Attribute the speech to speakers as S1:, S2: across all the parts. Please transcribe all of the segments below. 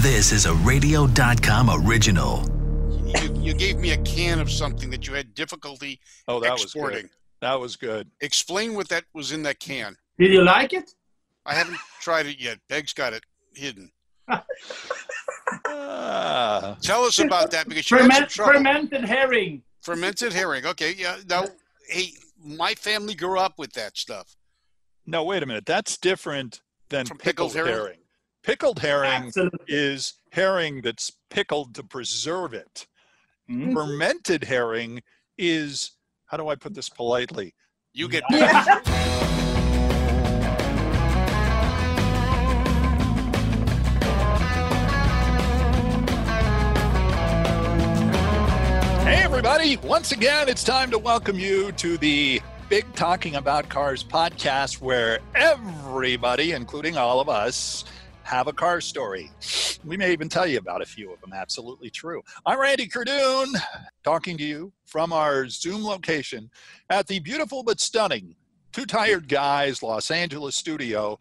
S1: This is a radio.com original.
S2: you, you gave me a can of something that you had difficulty
S3: Oh, that was
S2: exporting.
S3: good. That was good.
S2: Explain what that was in that can.
S4: Did you like it?
S2: I haven't tried it yet. Peg's got it hidden.
S3: Ah,
S2: Tell us about that because you had
S4: Ferment,
S2: some trouble.
S4: fermented herring.
S2: Fermented herring. Okay, yeah. Now, hey, my family grew up with that stuff.
S3: no, wait a minute. That's different than
S2: From
S3: pickled,
S2: pickled
S3: herring.
S2: herring?
S3: Pickled herring
S4: Absolutely.
S3: is herring that's pickled to preserve it.
S4: Mhm.
S3: Fermented herring is how do I put this politely?
S4: Mm-hmm.
S2: You get
S3: Hey everybody, once again it's time to welcome you to the Big Talking About Cars podcast where everybody, including all of us, have a car story. We may even tell you about a few of them. Absolutely true. I'm Randy Cardoon, talking to you from our Zoom location at the beautiful but stunning Two Tired Guys Los Angeles studio,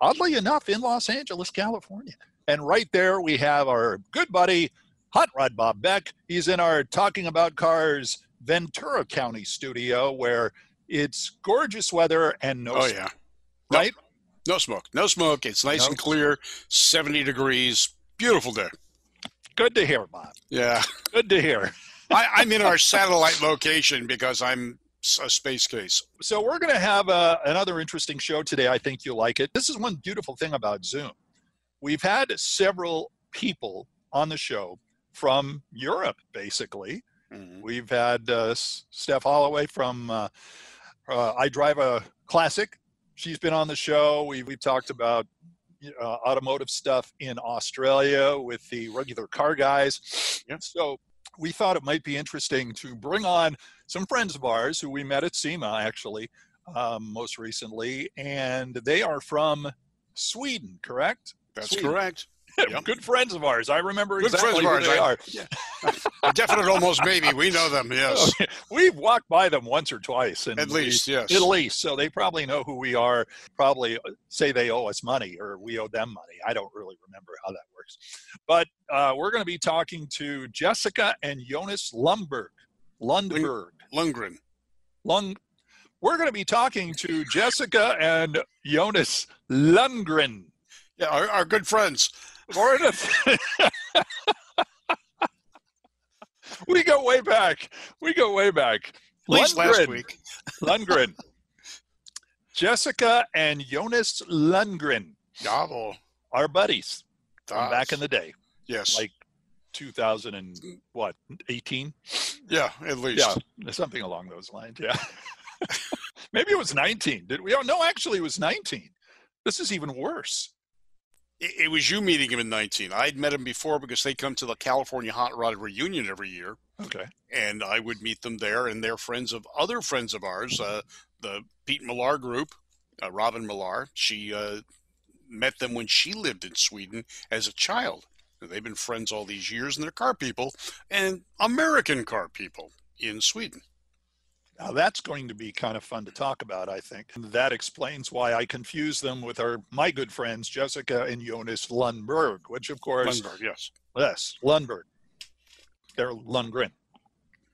S3: oddly enough, in Los Angeles, California. And right there we have our good buddy, Hot Rod Bob Beck. He's in our Talking About Cars Ventura County studio where it's gorgeous weather and no
S2: Oh,
S3: snow,
S2: yeah.
S3: right?
S2: No smoke. No smoke. It's nice
S3: No.
S2: and clear, 70 degrees. Beautiful day.
S3: Good to hear, Bob.
S2: Yeah.
S3: Good to hear.
S2: I, I'm in our satellite location because I'm s- a space case.
S3: So we're going to have uh another interesting show today. I think you'll like it. This is one beautiful thing about Zoom. We've had several people on the show from Europe, basically.
S2: Mm-hmm.
S3: We've had uh, S- Steph Holloway from uh, uh, I Drive a Classic. She's been on the show. We, we've talked about uh, automotive stuff in Australia with the regular car guys.
S2: Yeah.
S3: So we thought it might be interesting to bring on some friends of ours who we met at SEMA actually um, most recently, and they are from Sweden, correct?
S2: That's
S3: Sweet.
S2: correct. Yep.
S3: Good friends of ours. I remember
S2: Good friends
S3: exactly
S2: of
S3: who
S2: ours.
S3: they
S2: I-
S3: are.
S2: A definite almost maybe. We know them, yes.
S3: We've walked by them once or twice, and
S2: At
S3: we-
S2: least, yes.
S3: at least. So they probably know who we are, probably uh, say they owe us money or we owe them money. I don't really remember how that works. But uh, we're going to be talking to Jessica and Jonas Lundberg. Lundberg.
S2: Lundgren.
S3: Lung. We're going to be talking to Jessica and Jonas Lundgren.
S2: Yeah, our, our good friends.
S3: More in a- we go way back. We go way back.
S2: At least last
S3: Lundgren.
S2: week.
S3: Lundgren. Jessica and Jonas Lundgren
S2: Double.
S3: are buddies from back in the day,
S2: yes.
S3: like 2000 and what, 18?
S2: yeah, at least.
S3: Yeah, something along those lines. Yeah. Maybe it was 19. Did we? Oh, no, actually, it was 19. This is even worse.
S2: It, it was you meeting him in 19. I'd met him before because they come to the California Hot Rod reunion every year,
S3: Okay.
S2: and I would meet them there, and they're friends of other friends of ours, uh, the Pete Millar group, uh, Robin Millar. She uh, met them when she lived in Sweden as a child. They've been friends all these years, and they're car people and American car people in Sweden.
S3: Now that's going to be kind of fun to talk about, I think. That explains why I confuse them with our my good friends Jessica and Jonas Lundberg, which of course
S2: Lundberg, yes.
S3: Yes, Lundberg. They're Lundgren.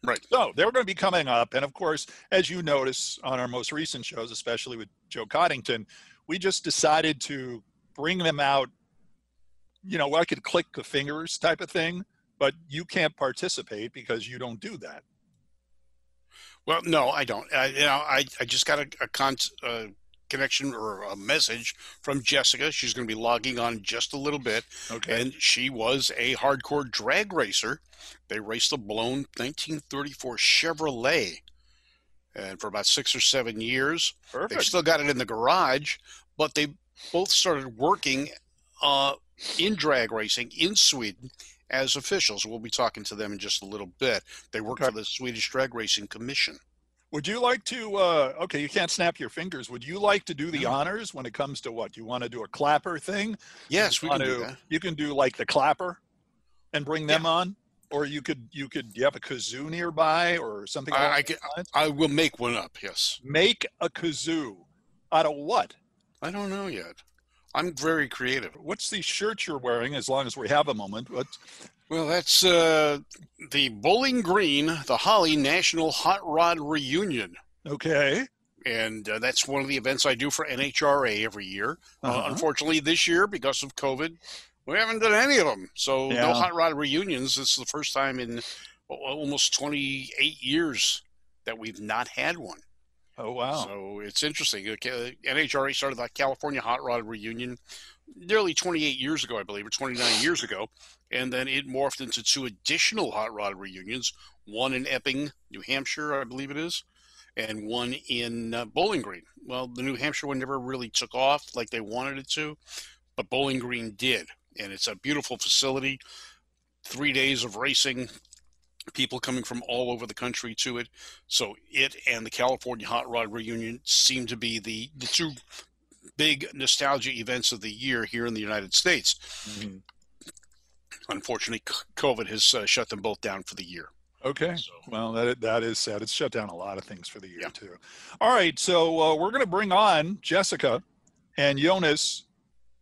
S2: Right.
S3: So they're going to be coming up. And of course, as you notice on our most recent shows, especially with Joe Coddington, we just decided to bring them out. You know, I could click the fingers type of thing, but you can't participate because you don't do that.
S2: Well, no, I don't. I, you know, I, I just got a, a con- uh, connection or a message from Jessica. She's going to be logging on in just a little bit.
S3: Okay.
S2: And she was a hardcore drag racer. They raced a blown 1934 Chevrolet. And for about six or seven years, they've
S3: Perfect.
S2: still got it in the garage, but they both started working uh, in drag racing in Sweden as officials. We'll be talking to them in just a little bit. They work for the Swedish Drag Racing Commission.
S3: Would you like to? Uh, okay, you can't snap your fingers. Would you like to do the honors when it comes to what? Do you want to do a clapper thing?
S2: Yes, we
S3: You
S2: can
S3: wanna-
S2: do that.
S3: You can do like the clapper, and bring them on, or you could you could you have a kazoo nearby or something.
S2: I,
S3: along
S2: I,
S3: those
S2: ca-
S3: lines?
S2: I will make one up. Yes.
S3: Make a kazoo out of what?
S2: I don't know yet. I'm very creative.
S3: What's the shirt you're wearing? As long as we have a moment, what?
S2: Well, that's uh, the Bowling Green, the Holly National Hot Rod Reunion.
S3: Okay.
S2: And uh, that's one of the events I do for NHRA every year. Uh,
S3: Uh-huh.
S2: unfortunately, this year, because of COVID, we haven't done any of them. So, no
S3: Yeah.
S2: hot rod reunions. This is the first time in al- almost 28 years that we've not had one.
S3: Oh wow.
S2: So, it's interesting. Okay, NHRA started the California Hot Rod Reunion nearly 28 years ago, I believe, or 29 years ago. And then it morphed into two additional hot rod reunions one in Epping, New Hampshire, I believe it is, and one in uh, Bowling Green. Well, the New Hampshire one never really took off like they wanted it to, but Bowling Green did. And it's a beautiful facility, three days of racing, people coming from all over the country to it. So it and the California Hot Rod Reunion seem to be the, the two big nostalgia events of the year here in the United States. mm-hmm.
S3: Mhm.
S2: Unfortunately, c- COVID has uh, shut them both down for the year.
S3: Okay.
S2: So,
S3: Well, that that is sad. It's shut down a lot of things for the year
S2: Yeah.
S3: too. All right, so uh, we're going to bring on Jessica and Jonas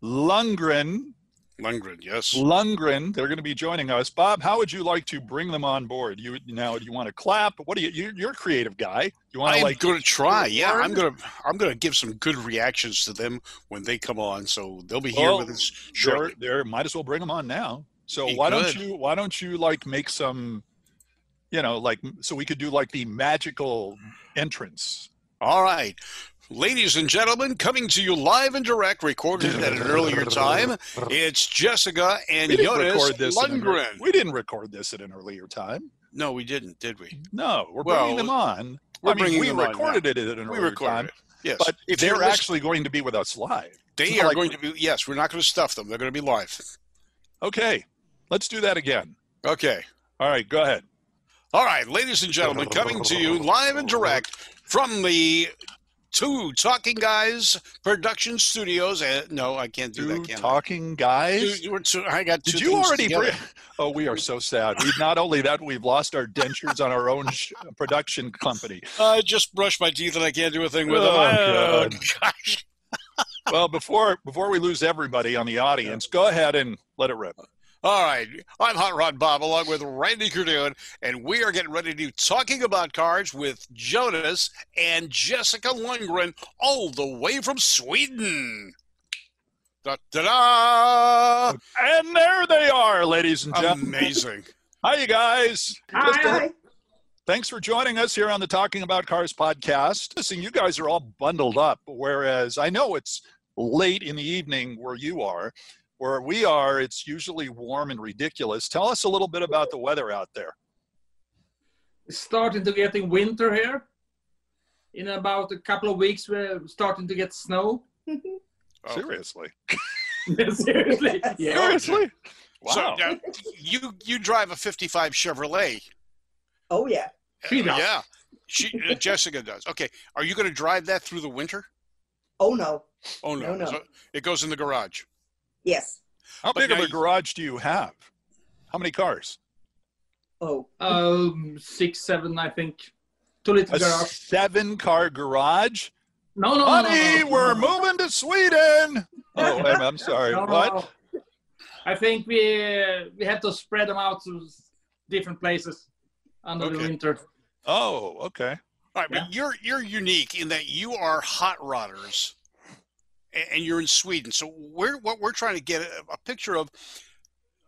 S3: Lundgren.
S2: Lundgren, yes.
S3: Lundgren, they're going to be joining us. Bob, how would you like to bring them on board? You now, do you want to clap? What do you? You're, you're a creative guy. You want
S2: I'm
S3: to like?
S2: gonna try. Yeah, I'm
S3: learn?
S2: gonna I'm gonna give some good reactions to them when they come on. So they'll be here
S3: Well,
S2: with us
S3: Sure.
S2: shortly.
S3: There, might as well bring them on now. So
S2: Be
S3: why
S2: good.
S3: don't you? Why don't you like make some? You know, like so we could do like the magical entrance.
S2: All right. Ladies and gentlemen, coming to you live and direct, recorded at an earlier time. It's Jessica and
S3: We didn't
S2: Jonas
S3: record this. at an ear-
S2: Lundgren.
S3: we didn't record this at an earlier time.
S2: No, we didn't, did we?
S3: No, we're
S2: Well,
S3: bringing them on.
S2: we're
S3: I mean,
S2: bringing
S3: we
S2: them on now.
S3: recorded it at an
S2: We
S3: earlier
S2: recorded
S3: time,
S2: it. Yes.
S3: but
S2: if
S3: they're
S2: you're listening-
S3: actually going to be with us live.
S2: they
S3: It's not
S2: are
S3: like-
S2: going to be yes, we're not going to stuff them. They're going to be live.
S3: Okay, let's do that again.
S2: Okay.
S3: All right, go ahead.
S2: All right, ladies and gentlemen, coming to you live and direct from the Two Talking Guys production studios. Uh, no, I can't do
S3: Two
S2: that. Can
S3: talking
S2: I?
S3: guys.
S2: Two, we're two, I got two
S3: Did you
S2: things
S3: already?
S2: together.
S3: Bring, oh, we are so sad. We've not only that, we've lost our dentures on our own sh- production company.
S2: I just brushed my teeth and I can't do a thing with them.
S3: Oh,
S2: Oh,
S3: God.
S2: gosh.
S3: Well, before before we lose everybody on the audience, go ahead and let it rip.
S2: All right, I'm Hot Rod Bob along with Randy Cardoon, and we are getting ready to do talking about cars with Jonas and Jessica Lundgren, all the way from Sweden. Da da da!
S3: And there they are, ladies and gentlemen.
S2: Amazing.
S3: Hi, you guys. Just a-
S4: Hi.
S3: Thanks for joining us here on the Talking About Cars podcast. Listen, you guys are all bundled up, whereas I know it's late in the evening where you are. Where we are, it's usually warm and ridiculous. Tell us a little bit about the weather out there.
S4: It's starting to getting winter here. In about a couple of weeks, we're starting to get snow.
S2: Oh.
S3: Seriously.
S4: Seriously. Yeah.
S3: Seriously? Wow.
S2: So now, you you drive a '55 Chevrolet. Uh,
S5: Oh yeah.
S4: She does.
S2: Yeah, she uh, Jessica does. Okay, are you going to drive that through the winter?
S5: Oh no.
S2: Oh no,
S5: No, no.
S2: So it goes in the garage.
S5: Yes.
S3: How
S2: but
S3: big of
S2: now
S3: a
S2: you-
S3: garage do you have? How many cars?
S5: Oh.
S4: Um, six, seven, I think. Two little
S3: A
S4: girls.
S3: seven car garage?
S4: No, no, no, no,
S3: Honey,
S4: no,
S3: we're
S4: no.
S3: moving to Sweden. Oh, I'm, I'm sorry.
S4: No, no,
S3: What?
S4: no. I think we uh, we have to spread them out to s- different places under the
S2: Okay.
S4: winter.
S3: Oh, okay.
S2: All right, but you're you're unique in that you are hot rodders, a- and you're in Sweden. So we're what we're trying to get a, a picture of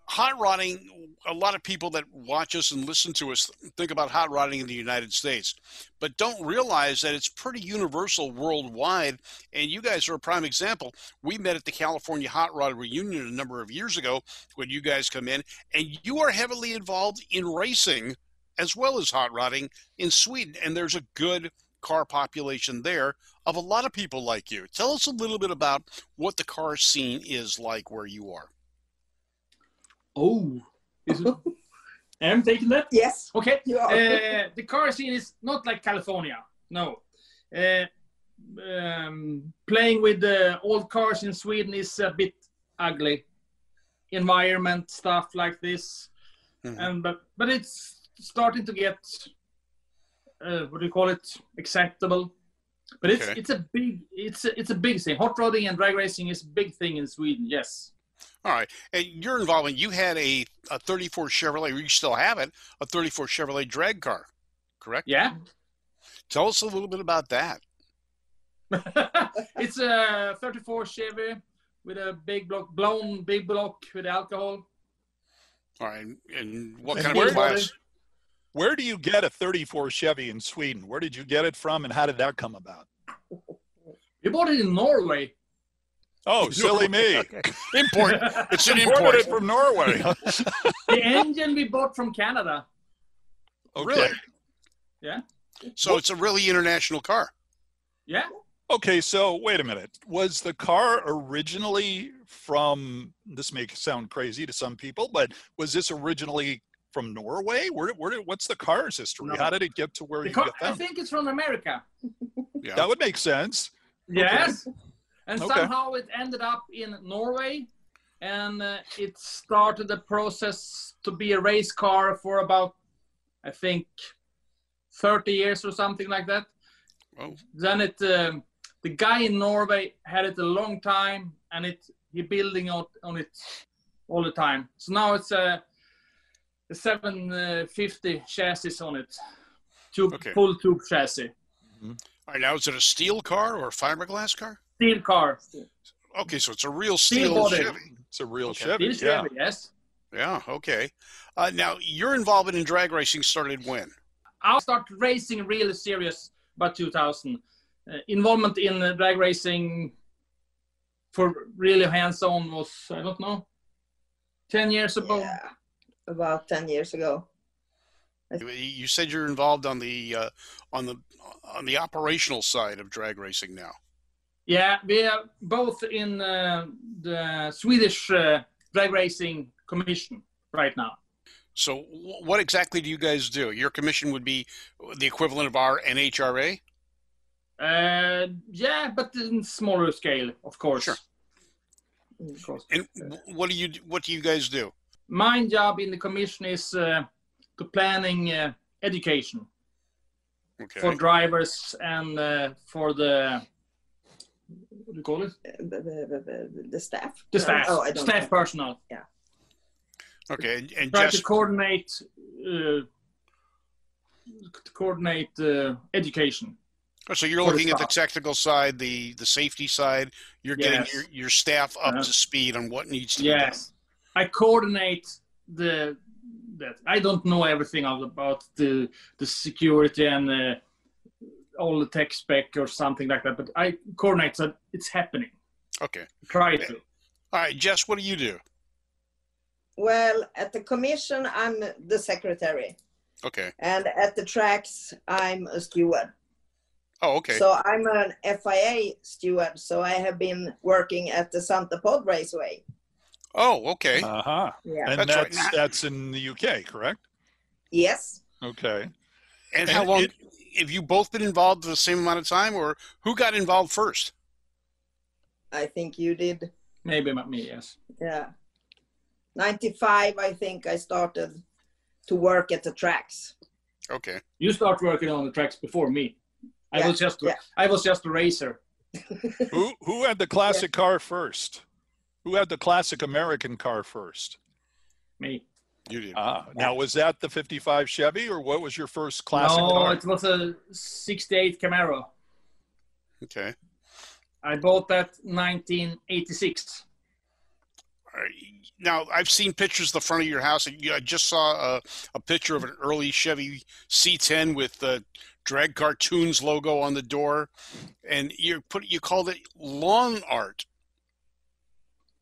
S2: hot rodding. A lot of people that watch us and listen to us think about hot rodding in the United States, but don't realize that it's pretty universal worldwide. And you guys are a prime example. We met at the California Hot Rod Reunion a number of years ago when you guys come in, and you are heavily involved in racing as well as hot rodding in Sweden, and there's a good car population there of a lot of people like you. Tell us a little bit about what the car scene is like where you are.
S4: Oh, is it- I'm taking that.
S5: Yes.
S4: Okay.
S5: You are.
S4: Uh, the car scene is not like California. No. Uh, um, playing with the old cars in Sweden is a bit ugly. Environment stuff like this,
S2: Mhm.
S4: and but but it's starting to get uh, what do you call it acceptable. But it's
S2: Okay.
S4: it's a big it's a, it's a big thing. Hot rodding and drag racing is a big thing in Sweden. Yes.
S2: All right. And your involvement, you had a, a 34 Chevrolet, or you still have it, a 34 Chevrolet drag car, correct?
S4: Yeah.
S2: Tell us a little bit about that.
S4: it's a 34 Chevy with a big block, blown big block with alcohol.
S2: All right. And what
S3: And
S2: kind
S3: where-
S2: of class?
S3: Where do you get a 34 Chevy in Sweden? Where did you get it from and how did that come about?
S4: We bought it in Norway.
S3: Oh, silly me.
S2: Import. It's an import.
S3: Imported it from Norway.
S4: The engine we bought from Canada.
S2: Really?
S4: Yeah.
S2: So it's a really international car.
S4: Yeah.
S3: Okay, so wait a minute. Was the car originally from, this may sound crazy to some people, but was this originally from Norway? Where, where did, what's the car's history?
S4: No.
S3: How did it get to where
S4: The
S3: you
S4: car, I
S3: got them?
S4: think it's from America.
S2: Yeah.
S3: That would make sense.
S4: Yes. And
S3: Okay.
S4: somehow it ended up in Norway. And uh, it started the process to be a race car for about, I think, 30 years or something like that.
S2: Oh.
S4: then it um, the guy in Norway had it a long time, and it he building out on it all the time. So now it's a, a 750 chassis on it, tube,
S2: Okay.
S4: full tube chassis,
S2: All right. Now, is it a steel car or a fiberglass car?
S4: steel car,
S2: Okay. So it's a real
S4: Steel
S2: steel
S4: body.
S2: Chevy.
S3: It's a real
S2: Okay.
S3: Chevy.
S4: steel
S3: Yeah.
S4: Chevy, yes.
S2: Yeah. Okay. Uh, now, your involvement in drag racing started when?
S4: I'll start racing really serious by 2000. Uh, involvement in uh, drag racing for really hands-on was I don't know, 10 years ago.
S5: Yeah. About 10 years ago.
S2: You- You said you're involved on the uh, on the on the operational side of drag racing now.
S4: Yeah, we are both in uh, the Swedish uh, drag racing commission right now.
S2: So, wh- what exactly do you guys do? Your commission would be the equivalent of our NHRA.
S4: Uh, yeah, but in smaller scale, of course.
S2: Sure.
S5: Mm.
S4: Of course.
S2: And wh- what do you what do you guys do?
S4: My job in the commission is uh, to planning uh, education
S2: Okay.
S4: for drivers and uh, for the what do you call it?
S5: Uh, The, the, the, the, the staff?
S4: The staff,
S5: Oh, I don't
S4: staff
S5: know.
S4: personnel.
S2: okay. And, and
S4: Try
S2: just
S4: to coordinate, uh, to coordinate uh, education.
S2: so you're
S4: for the
S2: looking at the
S4: staff.
S2: technical side, the the safety side. You're getting
S4: Yes.
S2: your, your staff up
S4: Uh-huh.
S2: to speed on what needs to be done.
S4: Yes, I coordinate the that. I don't know everything all about the the security and uh, all the tech spec or something like that, but I coordinate that it's happening.
S2: Okay.
S4: Try to.
S2: All right, Jess. What do you do?
S5: Well, at the commission, I'm the secretary.
S2: Okay.
S5: And at the tracks, I'm a steward.
S2: Oh, okay.
S5: So I'm an FIA steward. So I have been working at the Santa Pod Raceway.
S2: oh, okay.
S3: Uh huh.
S5: Yeah.
S3: And
S2: That's right.
S3: that's, that's in the UK, correct?
S5: Yes.
S3: Okay.
S2: And how
S3: And
S2: long
S3: it-
S2: have you both been involved the same amount of time, or who got involved first?
S5: I think you did.
S4: Maybe not me. Yes.
S5: Yeah. 95, I think I started to work at the tracks.
S2: Okay,
S4: You start working on the tracks before me. I
S5: Yeah,
S4: was just
S5: yeah.
S4: I was just a racer.
S3: who who had the classic car first? Who had the classic American car first?
S4: Me.
S2: you did.
S3: Ah, now was that the 55 Chevy or what was your first classic
S4: no,
S3: car?
S4: it was a '68 Camaro.
S2: Okay.
S4: I bought that 1986.
S2: All right. Now I've seen pictures of the front of your house, and you- I just saw a, a picture of an early Chevy C10 with the drag cartoons logo on the door, and you put you called it lawn art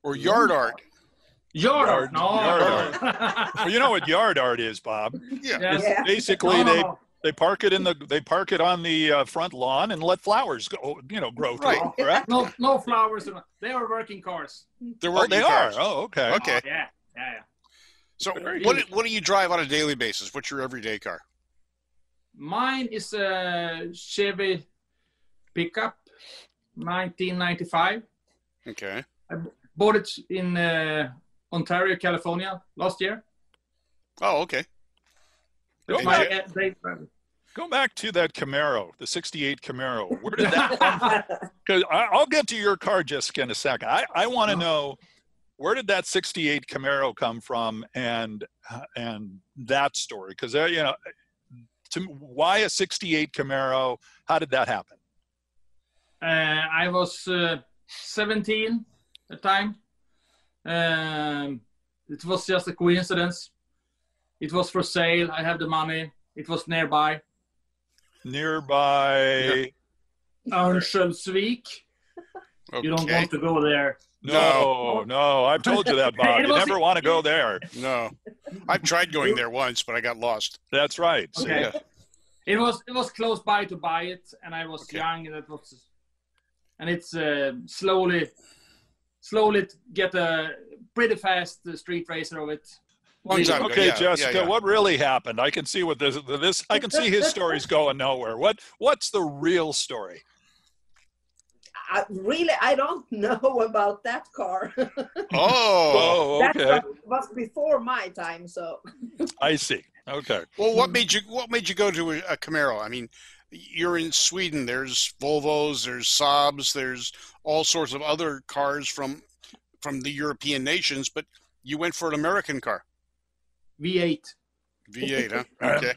S2: or yard art.
S3: Yard-
S4: Yard, no.
S3: yard Well, you know what yard art is, Bob.
S2: Yeah.
S4: Yes.
S5: Yeah.
S3: Basically,
S4: No, no,
S3: they
S4: no.
S3: they park it in the they park it on the uh, front lawn and let flowers go, you know, grow through.
S2: Right.
S3: it, Correct?
S4: No, no flowers. or no- They are working cars.
S2: There were
S3: Oh, they are. Oh, okay.
S2: Okay.
S4: Oh, yeah, yeah, yeah.
S2: So
S3: Very
S2: what,
S3: good.
S2: what do you drive on a daily basis? What's your everyday car?
S4: Mine is a Chevy pickup, 1995.
S2: Okay.
S4: Bought it in uh, Ontario, California last year.
S2: Oh, okay.
S3: Go
S2: Hey,
S4: My,
S3: back,
S2: Jay.
S4: uh, day driver.
S3: go back to that Camaro, the 68 Camaro. Where did that come Because I'll get to your car, Jessica, in a second. I, I want to know where did that 68 Camaro come from and uh, and that story? Because, you know, to, why a 68 Camaro? How did that happen?
S4: Uh, I was uh, 17 at the time. Um, it was just a coincidence. It was for sale. I have the money. It was nearby.
S3: Nearby.
S4: Örnsköldsvik.
S2: Okay.
S4: You don't want to go there.
S3: No, no, I've told you that, Bob.
S4: It
S3: You
S4: was-
S3: never want to go there.
S2: No. I've tried going there once, but I got lost.
S3: That's right. See?
S4: Okay. It was it was close by to buy it, and I was
S2: Okay.
S4: young, and it was, and it's uh, slowly, slowly get a pretty fast uh, street racer of it.
S2: Long time ago,
S3: Okay,
S2: yeah, yeah,
S3: Jessica,
S2: yeah.
S3: what really happened? I can see what this this I can see his story's going nowhere. What what's the real story?
S5: I, really, I don't know about that car.
S2: Oh.
S3: Oh,
S5: that
S3: okay.
S5: car was before my time, so
S3: I see. Okay.
S2: Well, what made you what made you go to a, a Camaro? I mean, you're in Sweden. There's Volvos, there's Saabs, there's all sorts of other cars from from the European nations, but you went for an American car,
S4: V8.
S2: V8, huh? Okay.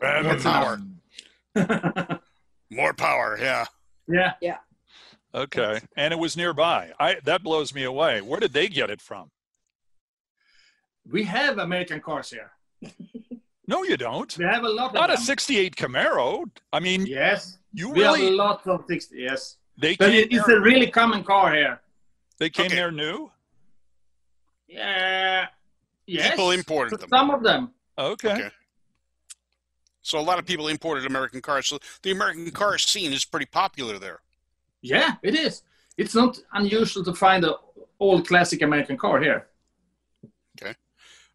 S2: More
S4: That's
S2: power. More power, yeah.
S4: Yeah,
S3: Okay. And it was nearby. I that blows me away. Where did they get it from?
S4: we have American cars here.
S3: No, you don't.
S4: We have a lot.
S3: Not a
S4: of them.
S3: 68 Camaro. I mean,
S4: Yes,
S3: you
S4: we have a
S3: really
S4: lot of things. Yes,
S3: they
S4: but
S3: came
S4: it, it's
S3: there,
S4: a really common car here.
S3: they came
S2: Okay.
S3: there new?
S4: Yeah. Yes.
S2: People imported them.
S4: Some of them.
S3: Okay.
S2: Okay. So a lot of people imported American cars. So the American car scene is pretty popular there.
S4: Yeah, it is. It's not unusual to find an old classic American car here.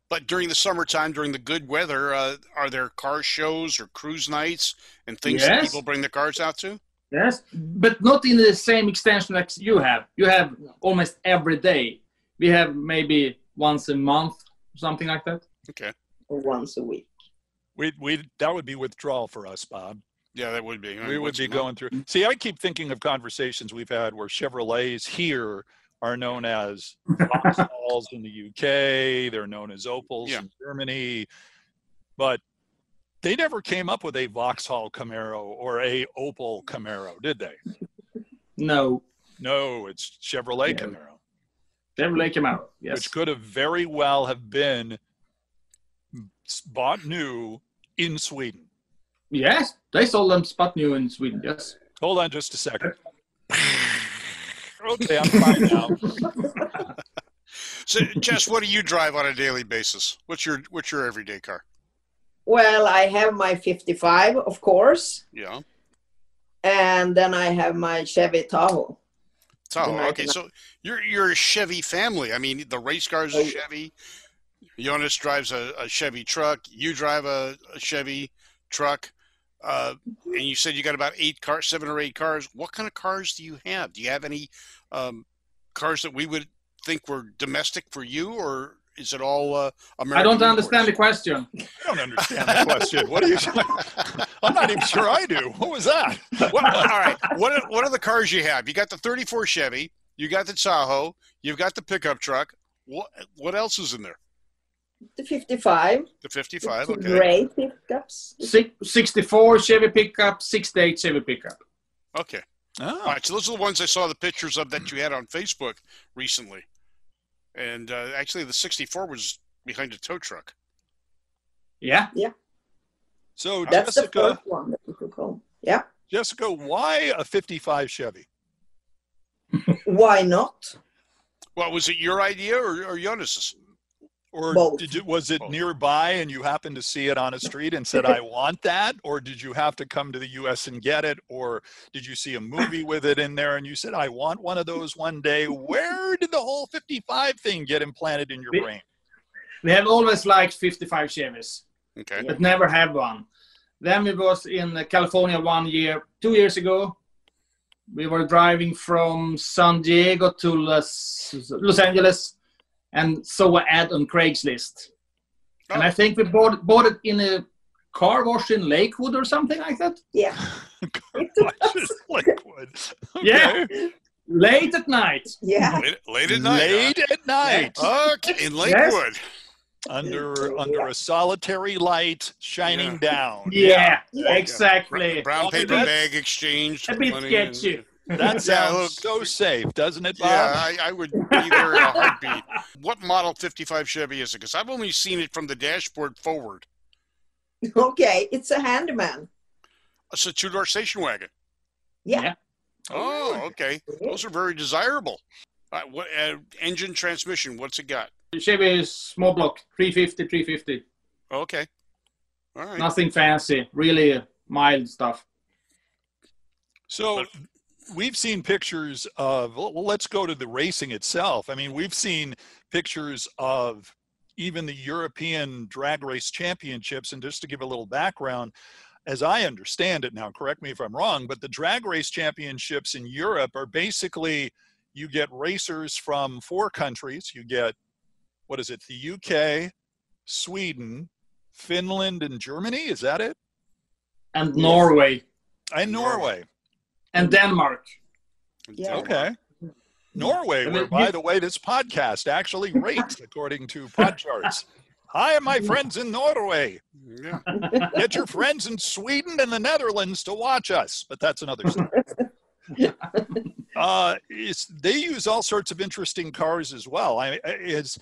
S2: But during the summertime, during the good weather, uh, are there car shows or cruise nights and things that
S4: Yes.
S2: people bring their cars out to?
S4: Yes, but not in the same extension that you have. You have almost every day. We have maybe once a month, something like that.
S5: or once a week.
S3: We we that would be withdrawal for us, Bob.
S2: Yeah, that would be.
S3: we would
S2: What's
S3: be
S2: the mo-
S3: going through. See, I keep thinking of conversations we've had where Chevrolets here are known as Vauxhalls in the UK. They're known as Opals
S2: Yeah.
S3: in Germany, but they never came up with a Vauxhall Camaro or a Opal Camaro, did they?
S4: No,
S3: No, it's Chevrolet
S4: Yeah.
S3: Camaro,
S4: Chevrolet Camaro. Yes,
S3: which could have very well have been s- bought new in Sweden.
S4: yes, they sold them spot new in Sweden. Yes,
S3: Hold on just a second. okay, I'm fine now.
S2: So, Jess, what do you drive on a daily basis? What's your what's your everyday car?
S5: Well, I have my 55, of course,
S2: Yeah,
S5: and then I have my Chevy Tahoe.
S2: Tahoe.
S5: American.
S2: Oh, Okay, so you're you're a Chevy family. I mean, the race cars
S5: Oh,
S2: are
S5: yeah.
S2: Chevy. Jonas drives a, a Chevy truck. You drive a, a Chevy truck. Uh, and you said you got about eight cars, seven or eight cars. What kind of cars do you have? Do you have any um, cars that we would think were domestic for you, or is it all uh, American?
S4: I don't
S2: imports?
S4: understand the question.
S3: I don't understand the question. What are you? I'm not even sure I do. What was that?
S2: What, all right. What are, what are the cars you have? You got the 34 Chevy. You got the Tahoe. You've got the pickup truck. What what else is in there?
S5: The 55,
S2: The 55.
S5: two
S2: Okay.
S5: gray pickups.
S4: Six, 64 Chevy pickup, 68 Chevy pickup.
S2: Okay. All
S3: Oh,
S2: right. So those are the ones I saw the pictures of that you had on Facebook recently. And uh, actually, the 64 was behind a tow truck.
S4: Yeah,
S3: so
S5: That's the
S3: Jessica,
S5: first one that we took home. Yeah.
S3: Jessica, why a 55 Chevy?
S5: Why not?
S2: Well, was it your idea or, or Jonas's?
S3: Or
S5: Both.
S3: did you, was it
S2: Both.
S3: nearby and you happened to see it on a street and said, "I want that"? Or did you have to come to the U.S. and get it? Or did you see a movie with it in there and you said, "I want one of those one day"? Where did the whole 55 thing get implanted in your
S4: Be-
S3: brain?
S4: We have always liked 55 Chevys,
S2: Okay.
S4: but never have one. Then we was in California one year, two years ago. We were driving from San Diego to Los, Los Angeles, and saw an ad on Craigslist. And I think we bought bought it in a car wash in Lakewood or something like that.
S5: Yeah.
S3: Carwashes, Lakewood.
S4: Yeah. Late at night.
S5: Yeah.
S2: Late, late at night. huh?
S3: Late at night,
S2: Okay, in Lakewood.
S3: under under a solitary light shining
S2: Yeah.
S3: down.
S4: Yeah,
S5: Yeah.
S4: exactly.
S2: Brown
S3: Okay,
S2: paper
S3: that's-
S2: bag exchange.
S4: A bit
S2: money and-
S4: sketchy.
S3: That sounds
S2: look.
S3: so safe, doesn't it, Bob?
S2: Yeah, I, I would be there in a heartbeat. What model 55 Chevy is it? Because I've only seen it from the dashboard forward.
S5: Okay. It's a handyman.
S2: It's a two door station wagon.
S5: Yeah.
S2: Oh, okay. Those are very desirable. Uh, what uh, engine transmission? What's it got?
S4: Chevy is small block, 350, 350.
S2: Okay. All right.
S4: Nothing fancy, really mild stuff.
S3: So we've seen pictures of, well, let's go to the racing itself. I mean, we've seen pictures of even the European drag race championships. And just to give a little background, as I understand it now, correct me if I'm wrong, but the drag race championships in Europe are basically you get racers from four countries. You get, what is it, the UK, Sweden, Finland, and Germany? Is that it?
S4: And Norway
S3: And Norway.
S4: and Denmark.
S5: Yeah.
S3: Okay. Norway,
S4: Mm-hmm. I
S3: where,
S4: mean,
S3: by
S4: you-
S3: the way, this podcast actually rates according to pod charts. Hi, my
S4: Mm-hmm.
S3: friends in Norway.
S2: Yeah.
S3: Get your friends in Sweden and the Netherlands to watch us, but that's another story. uh, it's, they use all sorts of interesting cars as well. I, it's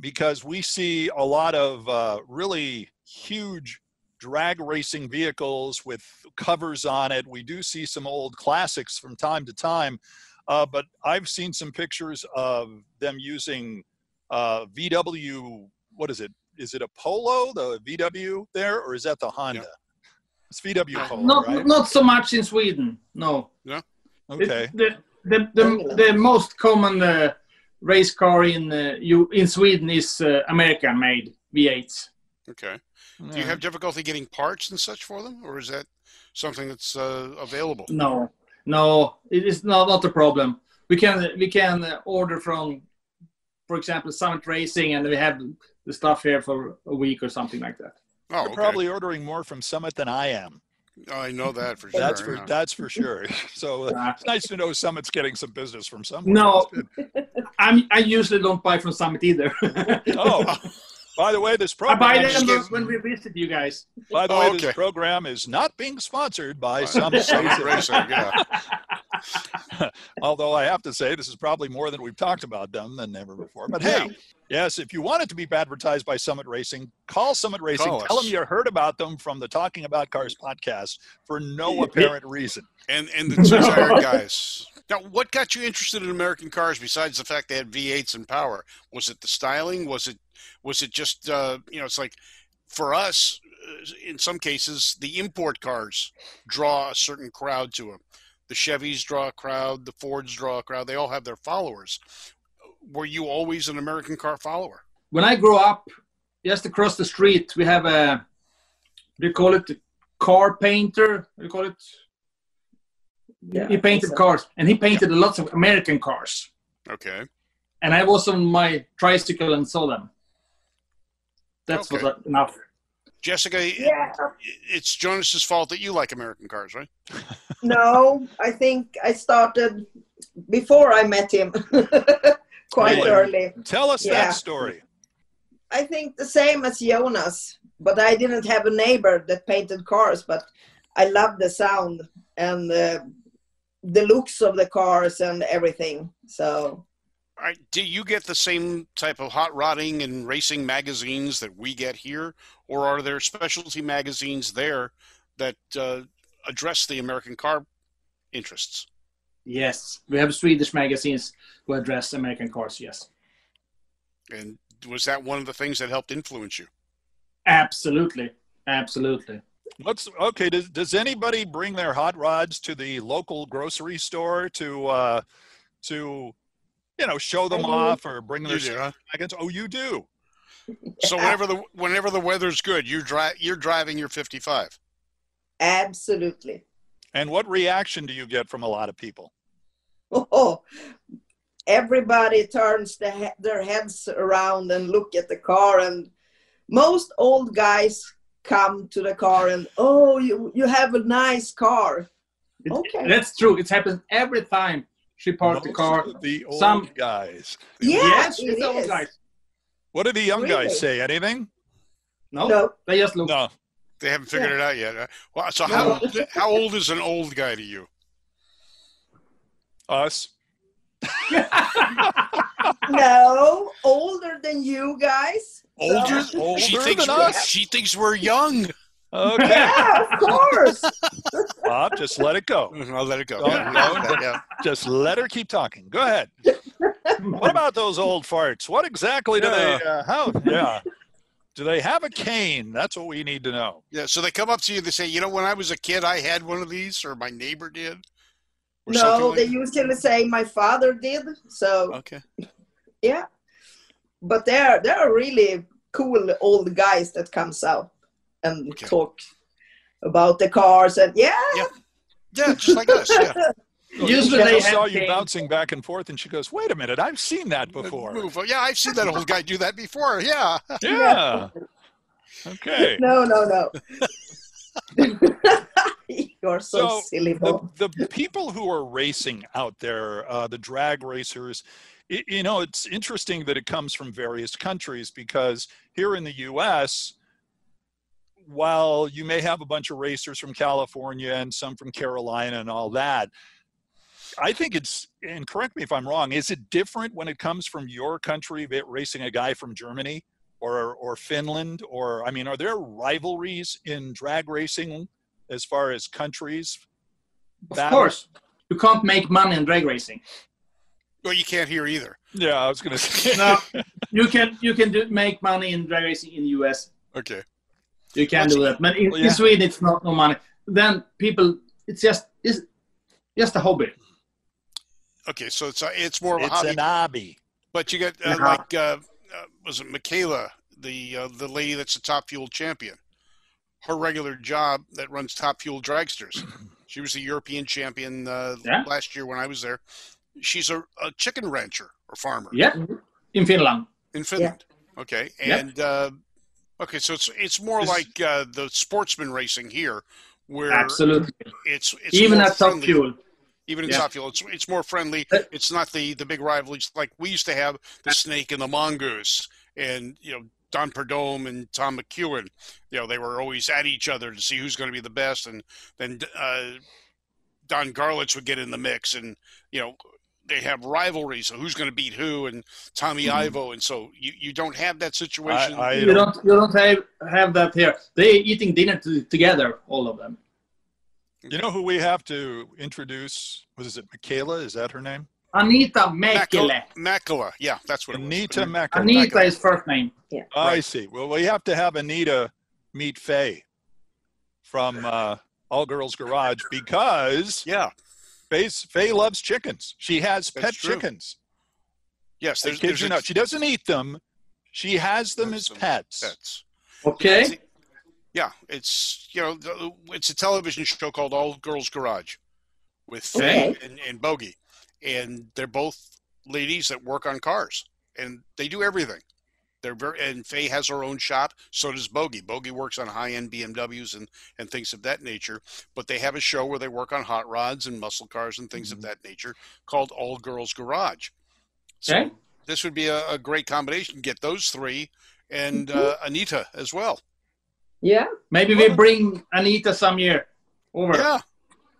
S3: because we see a lot of uh, really huge drag racing vehicles with covers on it. We do see some old classics from time to time, uh, but I've seen some pictures of them using uh, VW. What is it? Is it a Polo, the VW there, or is that the Honda? It's VW Polo,
S4: Ah, Not
S3: right?
S4: not so much in Sweden. No. It-
S3: Okay.
S4: the, the, the, the most common uh, race car in uh, you in Sweden is uh, American made V8s.
S2: Okay. Do you have difficulty getting parts and such for them, or is that something that's uh, available?
S4: No, no, it is not not a problem. We can we can uh, order from, for example, Summit Racing, and we have the stuff here for a week or something like that.
S2: Oh,
S3: You're
S2: okay.
S3: probably ordering more from Summit than I am.
S2: I know that for sure.
S3: That's for
S2: yeah.
S3: that's for sure. So uh,
S4: Uh,
S3: it's nice to know Summit's getting some business from somewhere.
S4: no, I'm I usually don't buy from Summit either.
S3: Oh, by the way, this
S4: I
S3: program.
S4: buy
S2: just
S4: them
S2: give-
S4: when we visit you guys.
S3: By the
S2: Oh,
S3: way,
S2: okay.
S3: this program is not being sponsored by
S2: Uh,
S3: Summit.
S2: Summit
S3: Racing.
S2: Racing, yeah.
S3: Although I have to say, this is probably more than we've talked about them than ever before. But hey, yes, if you want it to be advertised by Summit Racing, call Summit Racing.
S2: Call
S3: tell
S2: us.
S3: them you heard about them from the Talking About Cars podcast for no apparent reason.
S2: And and the two tire guys. Now, what got you interested in American cars besides the fact they had V8s and power? Was it the styling? Was it was it just uh, you know? It's like for us, uh, in some cases, the import cars draw a certain crowd to them. The Chevys draw a crowd. The Fords draw a crowd. They all have their followers. Were you always an American car follower?
S4: When I grow up, just across the street, we have a they call it car painter. They call it.
S5: Yeah,
S4: he painted
S5: so.
S4: cars, and he painted lots of American cars.
S2: Okay.
S4: and I was on my tricycle and saw them. That
S2: Okay.
S4: was enough.
S2: Jessica, it-
S5: Yeah.
S2: it's Jonas's fault that you like American cars, right?
S5: No, I think I started before I met him quite
S3: Really?
S5: early.
S3: Tell us
S5: Yeah.
S3: that story.
S5: I think the same as Jonas, but I didn't have a neighbor that painted cars, but I loved the sound and the, the looks of the cars and everything. So,
S2: All right, do you get the same type of hot rodding and racing magazines that we get here, or are there specialty magazines there that uh, address the American car interests?
S4: Yes, we have Swedish magazines who address American cars. Yes,
S2: And was that one of the things that helped influence you?
S4: absolutely, absolutely.
S3: What's okay? Does does anybody bring their hot rods to the local grocery store to uh, to you know show them
S5: I do.
S3: off or bring their
S2: You do, huh?
S3: wagons? Oh, you do.
S2: So whenever the whenever the weather's good, you drive you're driving your 55.
S5: Absolutely.
S3: And what reaction do you get from a lot of people?
S5: Oh, everybody turns the he- their heads around and look at the car, and most old guys come to the car and oh, you you have a nice car.
S4: It-
S5: Okay.
S4: That's true. It happens every time she parks the
S3: Most
S4: car.
S3: of The old
S4: Some-
S3: guys.
S5: Yes,
S4: it's
S5: it
S4: old
S5: is.
S4: guys.
S3: What do the young
S5: Really?
S3: guys say? Anything?
S4: No,
S5: No.
S4: they just look.
S3: No.
S2: They haven't figured it out yet. huh? Well, so how old, how old is an old guy to you?
S3: Us.
S5: No, older than you guys.
S2: Older?
S3: Older
S2: she thinks
S3: than
S2: we're,
S3: us.
S2: she thinks we're young.
S3: Okay.
S5: Yeah, of course.
S3: Bob, just let it go.
S2: I'll let it go.
S3: Don't-
S2: Yeah,
S3: don't-
S2: yeah.
S3: Just let her keep talking. Go ahead. What about those old farts? What exactly do
S2: Yeah.
S3: they? Uh, how? Yeah. Do they have a cane? That's what we need to know.
S2: Yeah, so they come up to you. They say, "You know, when I was a kid, I had one of these, or my neighbor did." or something
S5: No,
S2: like-
S5: they usually say my father did. So
S2: Okay.
S5: yeah, but they're they're really cool old guys that comes out and
S2: Okay.
S5: talk about the cars and yeah,
S2: Yeah, just like us. Yeah.
S4: Usually
S3: I
S4: they
S3: saw
S4: have
S3: you
S4: cane.
S3: bouncing back and forth, and she goes, "Wait a minute, I've seen that before."
S2: Move. Yeah, I've seen that old guy do that before. Yeah.
S3: Yeah. Okay.
S5: no, no, no. You're so,
S3: So,
S5: silly,
S3: the,
S5: Bob.
S3: the people who are racing out there, uh, the drag racers, y- you know, it's interesting that it comes from various countries because here in the U.S., while you may have a bunch of racers from California and some from Carolina and all that, I think it's, and correct me if I'm wrong, is it different when it comes from your country va- racing a guy from Germany? Or, or Finland, or I mean, are there rivalries in drag racing as far as countries
S4: Of
S3: That-
S4: course, you can't make money in drag racing.
S2: Well, you can't hear either.
S3: Yeah, I was gonna say.
S4: No, you can you can do, make money in drag racing in US.
S2: Okay.
S4: You can do that, but in,
S3: Well,
S4: in
S3: yeah.
S4: Sweden it's not no money. Then people, it's just it's just a hobby.
S2: Okay. So it's a, it's more of a
S3: It's
S2: hobby,
S3: an hobby.
S2: but you got uh,
S4: Yeah.
S2: like uh, uh, was it Michaela, the uh, the lady that's the Top Fuel champion? Her regular job that runs Top Fuel Dragsters. She was the European champion uh,
S4: Yeah.
S2: last year when I was there. She's a, a chicken rancher or farmer.
S4: Yeah, Mm-hmm. in Finland.
S2: in Finland. Okay,
S4: Yeah.
S2: and uh, okay, so it's it's more
S4: This-
S2: like uh, the sportsman racing here, where
S4: Absolutely.
S2: it's, it's
S4: Even
S2: more
S4: at Top
S2: friendly.
S4: Fuel.
S2: even in
S4: Yeah.
S2: Top Fuel, it's it's more friendly.
S3: Uh,
S4: But-
S2: It's not the the big rivalries like we used to have the snake and the mongoose, and you know Don Perdome and Tom McEwen. You know they were always at each other to see who's going to be the best, and then uh, Don Garlitz would get in the mix, and you know they have rivalries of who's going to beat who, and Tommy Ivo, and so you you don't have that situation.
S3: Mm-hmm. I
S4: You don't you don't have have that here. They eating dinner to, together, all of them.
S3: You know who we have to introduce? What is it? Michaela? Is that her name?
S4: Anita
S2: Makala,
S4: Mäkelä.
S2: Makala, yeah, that's what it was.
S3: Anita Mecca.
S4: Anita is first name.
S3: I see. Well, we have to have Anita meet Faye from uh, All Girls Garage because
S2: Yeah,
S3: Faye's, Faye loves chickens. She
S2: That's
S3: has pet
S2: true.
S3: chickens.
S2: yes,
S3: I
S2: there's,
S3: kid
S2: there's
S3: you
S2: a-
S3: not. She doesn't eat them. She has them
S2: There's
S3: as
S2: some
S3: pets.
S2: that's-
S4: Okay.
S2: Yeah, it's you know the- it's a television show called All Girls Garage with Faye
S5: Okay.
S2: and, and Bogey, and they're both ladies that work on cars, and they do everything. They're very and Faye has her own shop. So does Bogey. Bogey works on high end BMWs and and things of that nature. But they have a show where they work on hot rods and muscle cars and things of that nature called All Girls Garage. So
S4: Okay.
S2: this would be a, a great combination. Get those three and uh, Anita as well.
S5: Yeah,
S4: Maybe we bring Anita some year over.
S2: Yeah.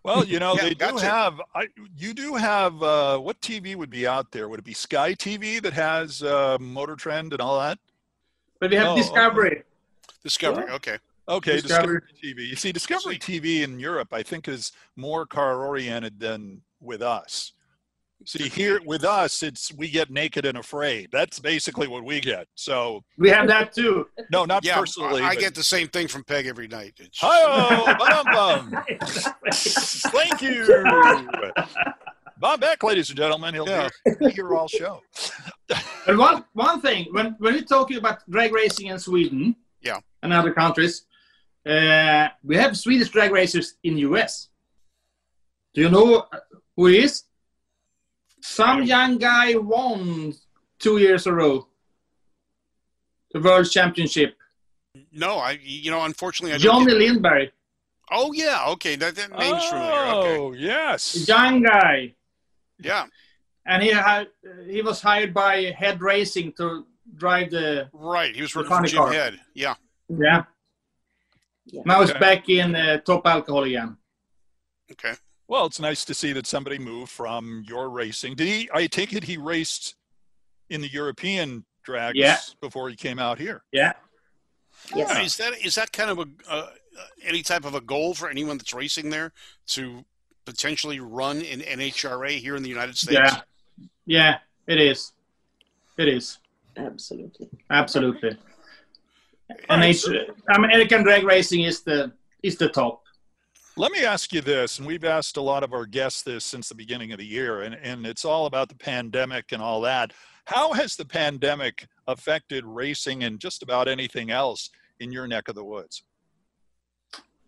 S3: Well, you know,
S2: Yeah,
S3: they do
S2: gotcha.
S3: have. I, you do have. Uh, what TV would be out there? Would it be Sky TV that has uh, Motor Trend and all that?
S4: But we have
S3: Oh,
S4: Discovery.
S2: Discovery. Okay.
S3: Okay, Discovery.
S4: Discovery.
S3: TV. You see, Discovery TV in Europe, I think, is more car oriented than with us. See, here with us, it's we get naked and afraid. That's basically what we get. So,
S4: We have that too.
S3: no, not
S2: yeah,
S3: personally.
S2: I, I
S3: but-
S2: get the same thing from Peg every night. It's
S3: Hi-oh, bum bum. Thank you. Bob Beck, ladies and gentlemen, he'll
S2: Yeah.
S3: be here all show.
S4: And one one thing, when when you're talking about drag racing in Sweden,
S2: Yeah.
S4: and other countries, uh, we have Swedish drag racers in US. Do you know who he is? Some young guy won two years in a row the world championship.
S2: No, I. You know, unfortunately, I don't.
S4: Johnny
S2: get-
S4: Lindberg,
S2: oh yeah, okay. That, that name's familiar. Okay,
S3: Oh, yes.
S4: young guy.
S2: yeah,
S4: and he had he was hired by Head Racing to drive the
S2: right. He was
S4: The
S2: working for
S4: funny
S2: Jim
S4: car.
S2: Head. Yeah,
S4: yeah. Now it's
S3: Okay.
S4: back in uh, top alcohol again.
S2: okay.
S3: Well, it's nice to see that somebody moved from your racing. Did he? I take it he raced in the European drags
S4: Yeah.
S3: before he came out here.
S4: Yeah,
S5: Yes.
S2: Is that is that kind of a uh, any type of a goal for anyone that's racing there to potentially run in NHRA here in the United States?
S4: yeah, yeah. It is, it is
S5: Absolutely.
S4: absolutely. And it's, uh, American drag racing is the is the top.
S3: Let me ask you this, and we've asked a lot of our guests this since the beginning of the year, and, and it's all about the pandemic and all that. How has the pandemic affected racing and just about anything else in your neck of the woods?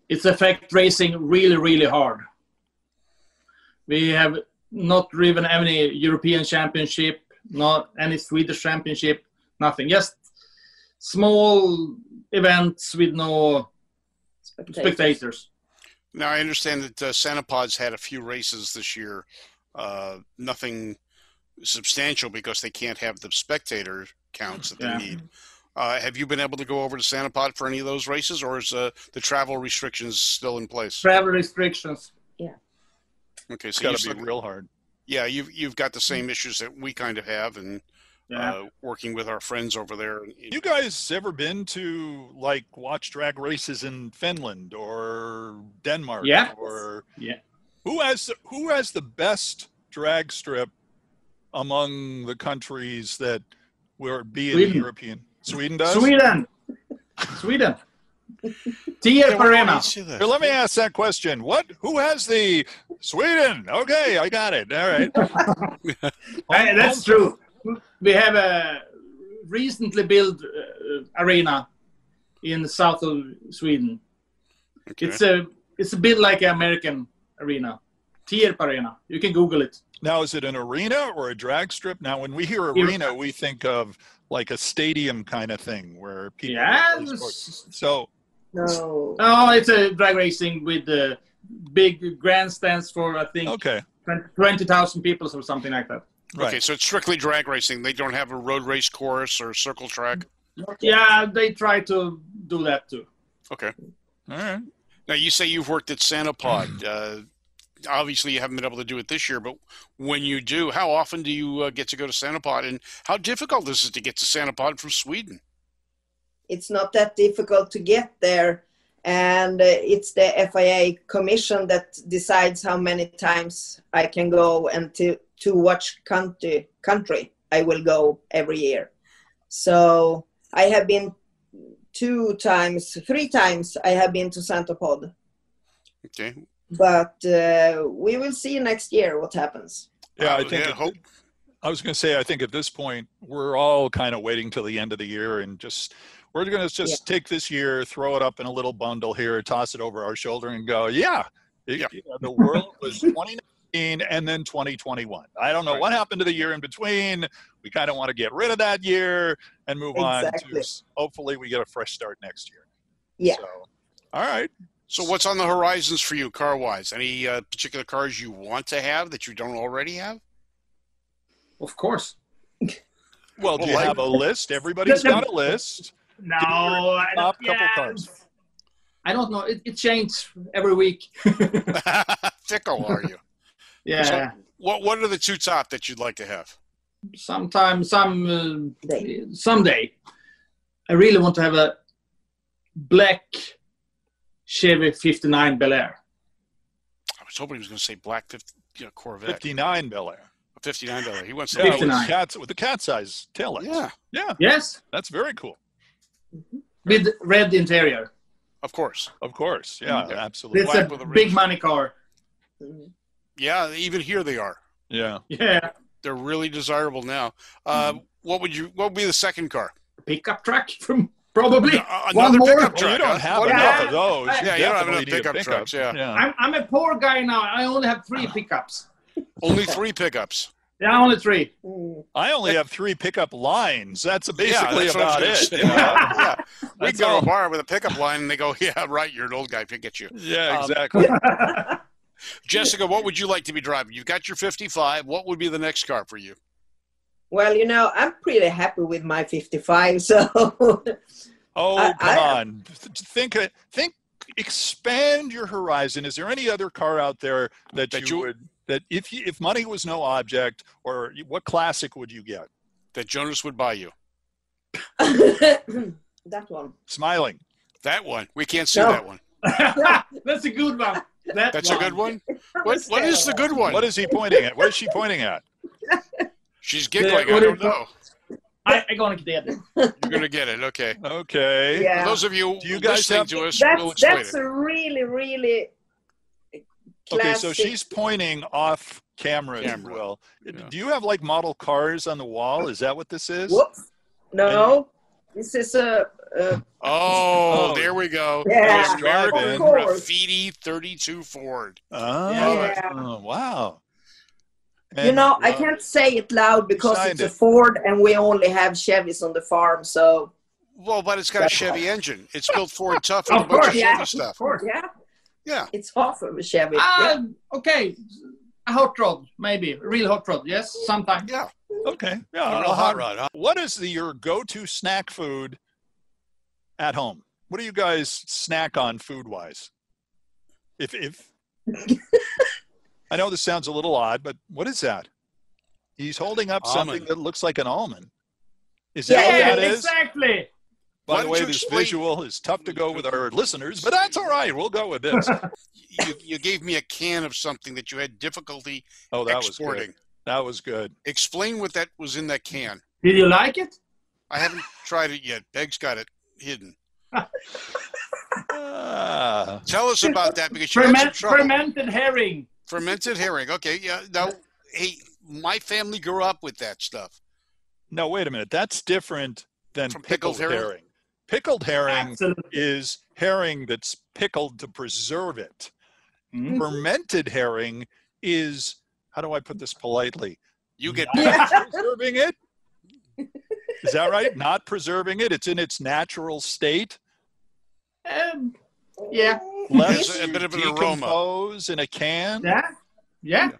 S4: it's affect racing really really hard we have not driven any european championship not any swedish championship nothing just small events with no spectators
S2: Now I understand that uh, Santapods had a few races this year, uh, nothing substantial because they can't have the spectator counts that they
S4: Yeah.
S2: need. Uh, have you been able to go over to Santapod for any of those races, or is uh, the travel restrictions still in place?
S4: travel restrictions
S2: Okay,
S3: It's
S2: so
S3: got
S2: you've
S3: to be
S2: still,
S3: real hard.
S2: yeah, you've you've got the same issues that we kind of have, and
S4: yeah
S2: uh, working with our friends over there.
S3: You guys ever been to like watch drag races in Finland or Denmark?
S4: Yeah.
S3: Or
S4: Yeah.
S3: Who has who has the best drag strip among the countries that were being
S4: Sweden.
S3: European? Sweden does.
S4: sweden sweden tia Farina.
S3: Here, let me ask that question. What? Who has the Sweden? Okay, I got it. All right.
S4: Hey, that's true. We have a recently built uh, arena in the south of Sweden.
S2: Okay.
S4: It's a it's a bit like an American arena, Tierp Arena. You can Google it.
S3: Now, is it an arena or a drag strip? Now, when we hear
S4: Yeah.
S3: arena, we think of like a stadium kind of thing where people.
S4: Yeah.
S3: So
S5: No.
S4: Oh, it's a drag racing with the big grandstands for I think
S3: okay,
S4: twenty thousand people or something like that.
S3: right.
S2: Okay, so it's strictly drag racing. They don't have a road race course or circle track.
S4: Yeah, they try to do that too.
S2: Okay.
S3: All right.
S2: Now you say you've worked at Santapod.
S3: Mm-hmm.
S2: Uh, obviously, you haven't been able to do it this year, but when you do, how often do you uh, get to go to Santapod, and how difficult is it to get to Santapod from Sweden?
S5: It's not that difficult to get there. And uh, it's the FIA commission that decides how many times I can go and to, to watch country, country I will go every year. So I have been two times, three times I have been to Santa Pod.
S2: Okay.
S5: But uh, we will see next year what happens.
S3: Yeah, I
S2: Uh,
S3: think
S2: yeah,
S3: it-
S2: hope.
S3: I was going to say, I think at this point, we're all kind of waiting till the end of the year and just, we're going to just take this year, throw it up in a little bundle here, toss it over our shoulder and go, yeah, it-
S2: Yeah.
S3: you know, the world was 2019 and then 2021. I don't know
S2: Right.
S3: what happened to the year in between. We kind of want to get rid of that year and move on to
S5: Exactly.
S3: s- hopefully we get a fresh start next year.
S5: Yeah.
S3: So, all right.
S2: So, what's on the horizons for you, car wise? Any uh, particular cars you want to have that you don't already have?
S4: Of course.
S3: Well, do
S2: Well,
S3: you
S2: I-
S3: have a list? Everybody's got a list.
S4: No,
S3: Give me your
S4: I don't-
S3: top couple cards.
S4: I don't know. It, it changes every week.
S2: Fickle, are you?
S4: yeah.
S2: So- What What are the two top that you'd like to have?
S4: sometime some uh,
S5: Day.
S4: someday i really want to have a black chevy 59 bel air
S2: I was hoping he was going to say black 50, you know, Corvette,
S3: 59 Bel Air.
S2: fifty nine dollar. He wants
S3: Yeah, with,
S4: 59.
S3: cats, with the cat size tail lights.
S2: Yeah,
S3: Yeah.
S4: yes
S3: That's very cool.
S4: with red interior
S2: of course.
S3: Of course. Yeah,
S2: Yeah.
S3: absolutely.
S4: it's a
S2: with a red-
S4: big money car
S5: Mm.
S2: Yeah, even here they are.
S3: Yeah.
S4: Yeah,
S2: They're really desirable now. Uh, What would you? What would be the second car?
S4: pickup truck from probably
S2: Uh,
S4: one
S2: another
S4: more.
S2: pickup
S3: Well,
S2: truck.
S3: Oh, you don't
S2: huh?
S3: have
S2: What
S3: enough
S2: about-
S3: of those.
S4: Yeah,
S2: you don't have
S3: definitely
S2: enough
S3: need a
S2: pickup trucks, yeah.
S4: I'm, I'm a poor guy now. I only have three pickups.
S2: Only three pickups.
S4: Yeah, only three.
S5: Mm.
S3: I only have three pickup lines. That's basically
S2: yeah, that's what I was
S3: about
S2: gonna
S3: it.
S2: say.
S3: you know?
S2: yeah. We
S3: That's
S2: go to
S3: all.
S2: a bar with a pickup line, and they go, "Yeah, right. You're an old guy. Forget get you."
S3: yeah,
S2: Um,
S3: exactly.
S2: Jessica, what would you like to be driving? You've got your 55. What would be the next car for you?
S5: Well, you know, I'm pretty happy with my 55. So,
S3: Oh,
S5: I-
S3: come
S5: I-
S3: on. Th- Think, think, expand your horizon. Is there any other car out there that,
S2: That
S3: you,
S2: you-
S3: would, that if, you, if money was no object, or you- what classic would you get?
S2: That Jonas would buy you.
S5: that one.
S3: Smiling.
S2: That one. We can't see
S5: No.
S2: that one.
S4: That's a good one. That
S2: That's
S4: one.
S2: a good one. What What is the good one?
S3: What is he pointing at? What is she pointing at?
S2: She's giggling.
S4: Yeah,
S2: I
S4: what
S2: don't
S4: is-
S2: know.
S4: I, I gonna get it.
S2: You're gonna get it. Okay.
S3: Okay.
S2: For
S5: Yeah.
S2: those of you,
S3: Do you guys
S2: listening
S3: have-
S2: to us, we'll
S5: That's,
S2: explain
S5: that's
S2: it.
S5: a really, really classic.
S3: Okay, so she's pointing off camera, if you
S2: Camera.
S3: will.
S2: Yeah.
S3: Do you have like model cars on the wall? Is that what this is?
S5: Whoops. No, this is a. a
S2: Oh,
S3: Oh.
S2: there we go.
S5: Yeah.
S2: The American
S3: Of
S5: course.
S2: graffiti 32 Ford.
S3: Oh,
S5: Yeah.
S3: oh, wow.
S5: you
S3: And-
S5: know, I can't say it loud because
S3: Signed
S5: it's a
S3: it.
S5: Ford, and we only have Chevys on the farm. So
S2: Well, but it's got a
S5: That's
S2: Chevy engine. It's built Ford tough and a
S4: Of
S2: bunch
S4: course,
S2: of
S5: yeah.
S2: Chevy stuff.
S4: Of course.
S5: yeah,
S2: Yeah.
S5: it's half of a Chevy.
S4: Ah, okay. A hot rod, maybe. A real hot rod, yes? Sometimes.
S2: Yeah.
S3: uh, Okay. Yeah.
S2: A real
S3: I'll
S2: hot
S3: have-
S2: rod, huh?
S3: What is the, your go-to snack food at home? What do you guys snack on food-wise? If if I know this sounds a little odd, but what is that? He's holding up something
S2: Almond.
S3: that looks like an almond. Is that
S4: Yeah,
S3: what that is?
S4: exactly.
S2: Why
S3: By the
S2: don't
S3: way,
S2: you
S3: this
S2: explain-
S3: visual is tough to go with our listeners, but that's all right. We'll go with this.
S2: You, you gave me a can of something that you had difficulty
S3: Oh, that was
S2: exporting.
S3: good. That was good.
S2: Explain what that was in that can.
S4: Did you like it?
S2: I haven't tried it yet. Peg's got it hidden.
S3: Ah,
S2: Tell us about that because you had some
S4: Ferment,
S2: trouble.
S4: fermented herring.
S2: Fermented herring. Okay, yeah. Now, hey, my family grew up with that stuff.
S3: no, wait a minute. That's different than
S2: From
S3: pickled,
S2: pickled
S3: herring.
S2: herring?
S3: Pickled herring
S4: Absolutely.
S3: is herring that's pickled to preserve it.
S2: Mm-hmm.
S4: Mhm.
S3: Fermented herring is how do I put this politely?
S2: You get
S5: Yeah.
S3: Preserving it. Is that right? Not preserving it. It's in its natural state.
S4: Um, yeah.
S3: Less
S2: There's a bit of an aroma.
S3: decompose in a can.
S4: Yeah. Yeah.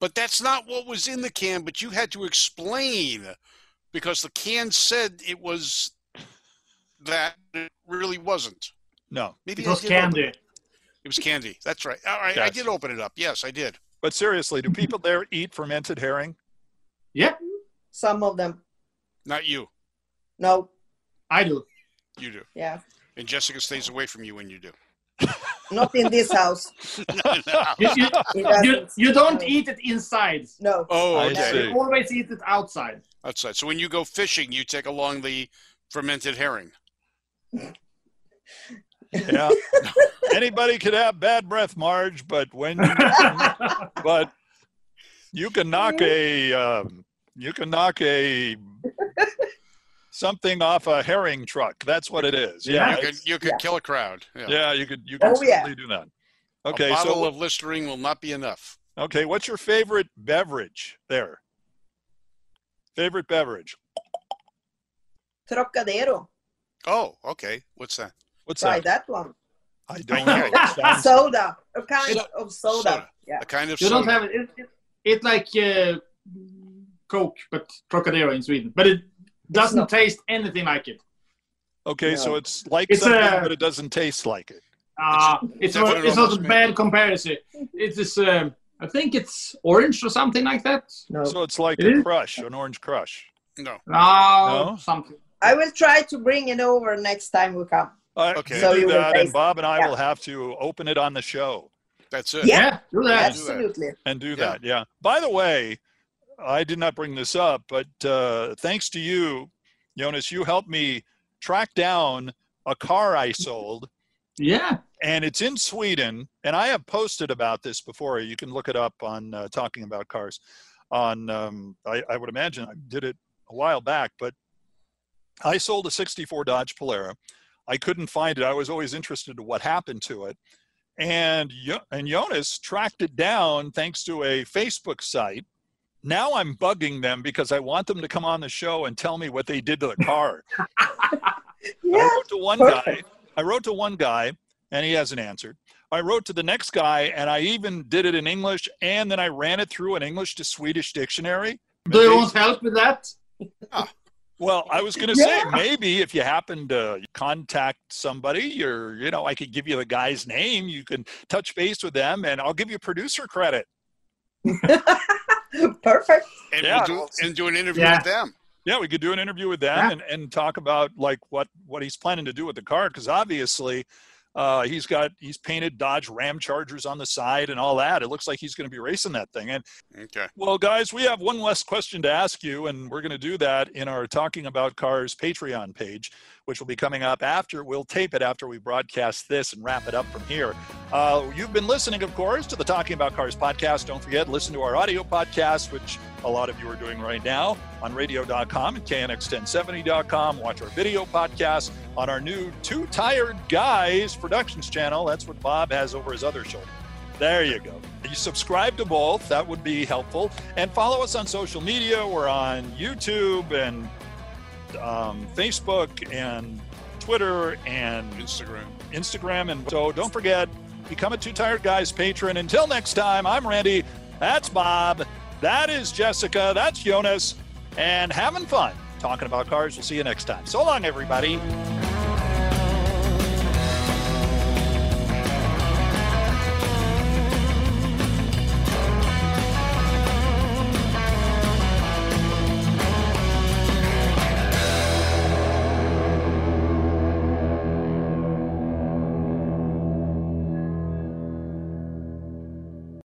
S2: But that's not what was in the can, but you had to explain because the can said it was that it really wasn't.
S3: No.
S2: Maybe
S4: It was
S2: I did open
S4: candy.
S2: It. It was candy. That's right. All right. I
S3: Yes.
S2: did open it up. Yes, I did.
S3: But seriously, do people there eat fermented herring?
S4: Yeah,
S5: Some of them.
S2: Not you.
S5: No,
S4: I do.
S2: You do.
S5: yeah,
S2: And Jessica stays away from you when you do.
S5: not in this house.
S4: You, you,
S5: It
S4: you,
S5: doesn't.
S4: you don't eat it inside.
S5: No.
S2: oh,
S3: I
S2: okay.
S3: see.
S4: You always eat it outside.
S2: That's right. So when you go fishing, you take along the fermented herring.
S3: Yeah. Anybody could have bad breath, Marge, but when but you can knock a um, you can knock a something off a herring truck. That's what it is. Yeah.
S2: You could, you could
S5: yeah.
S2: kill a crowd. Yeah.
S3: Yeah, you could you could
S5: Oh, yeah.
S3: certainly do that. Okay,
S2: a bottle
S3: so
S2: of Listerine will not be enough.
S3: okay, what's your favorite beverage there? Favorite beverage.
S5: Trocadero.
S2: Oh, okay. What's that?
S3: What's
S5: Try
S3: that?
S5: that one.
S3: I don't know. It sounds-
S5: Soda. A kind
S2: So-
S5: of soda.
S2: soda.
S5: Yeah.
S2: A kind of
S4: You don't
S2: soda.
S4: have it. It, it, it like uh, Coke, but Trocadero in Sweden. But it doesn't
S5: not-
S4: taste anything like it.
S3: Okay, so
S5: No.
S3: it's like
S4: It's
S3: something,
S4: a-
S3: but it doesn't taste like it.
S4: Uh, it's
S2: That's what
S4: not,
S2: it
S4: it's not a
S2: almost
S4: bad comparison. It is, um, I think it's orange or something like that.
S5: No.
S3: So it's like
S4: It
S3: a
S4: is?
S3: crush, an orange crush.
S2: No.
S4: No,
S3: No?
S4: something.
S5: I will try to bring it over next time we come.
S3: Uh,
S2: Okay.
S3: okay.
S5: So
S3: do
S5: you will
S3: that, and
S5: taste-
S3: Bob and I
S5: yeah.
S3: will have to open it on the show
S2: That's it.
S5: Yeah.
S4: Yeah, do that.
S2: Yes.
S5: Absolutely.
S3: and do
S2: Yeah.
S3: that. Yeah. By the way, I did not bring this up, but uh, thanks to you, Jonas, you helped me track down a car I sold
S4: Yeah,
S3: and it's in Sweden. And I have posted about this before. You can look it up on uh, Talking About Cars. On um, I, I would imagine I did it a while back, but I sold a '64 Dodge Polara. I couldn't find it. I was always interested in what happened to it, and Jo- and Jonas tracked it down thanks to a Facebook site. Now I'm bugging them because I want them to come on the show and tell me what they did to the car. I
S5: Yeah.
S3: wrote to one guy.
S5: perfect.
S3: I wrote to one guy, and he hasn't answered. I wrote to the next guy, and I even did it in English, and then I ran it through an English to Swedish dictionary.
S4: Do you want help with that?
S3: Well, I was going to say maybe if you happen to contact somebody, you're, you know, I could give you the guy's name. You can touch base with them, and I'll give you producer credit.
S5: Perfect.
S2: And,
S3: Yeah.
S2: we'll do, and do an interview
S4: Yeah.
S2: with them.
S3: Yeah, we could do an interview with them
S4: Yeah.
S3: and, and talk about like what what he's planning to do with the car because obviously uh, he's got he's painted Dodge Ram Chargers on the side and all that. It looks like he's going to be racing that thing. And
S2: Okay.
S3: well, guys, we have one last question to ask you, and we're going to do that in our Talking About Cars Patreon page, which will be coming up after. We'll tape it after we broadcast this and wrap it up from here. Uh, you've been listening, of course, to the Talking About Cars podcast. Don't forget, listen to our audio podcast, which a lot of you are doing right now on radio.com and KNX1070.com. Watch our video podcast on our new Two Tired Guys Productions channel. That's what Bob has over his other shoulder. There you go. You subscribe to both, that would be helpful. And follow us on social media. We're on YouTube and um, Facebook and Twitter and
S2: Instagram.
S3: Instagram. And so don't forget, become a Two Tired Guys patron. Until next time, I'm Randy. That's Bob. That is Jessica. That's Jonas. And having fun talking about cars. We'll see you next time. So long, everybody.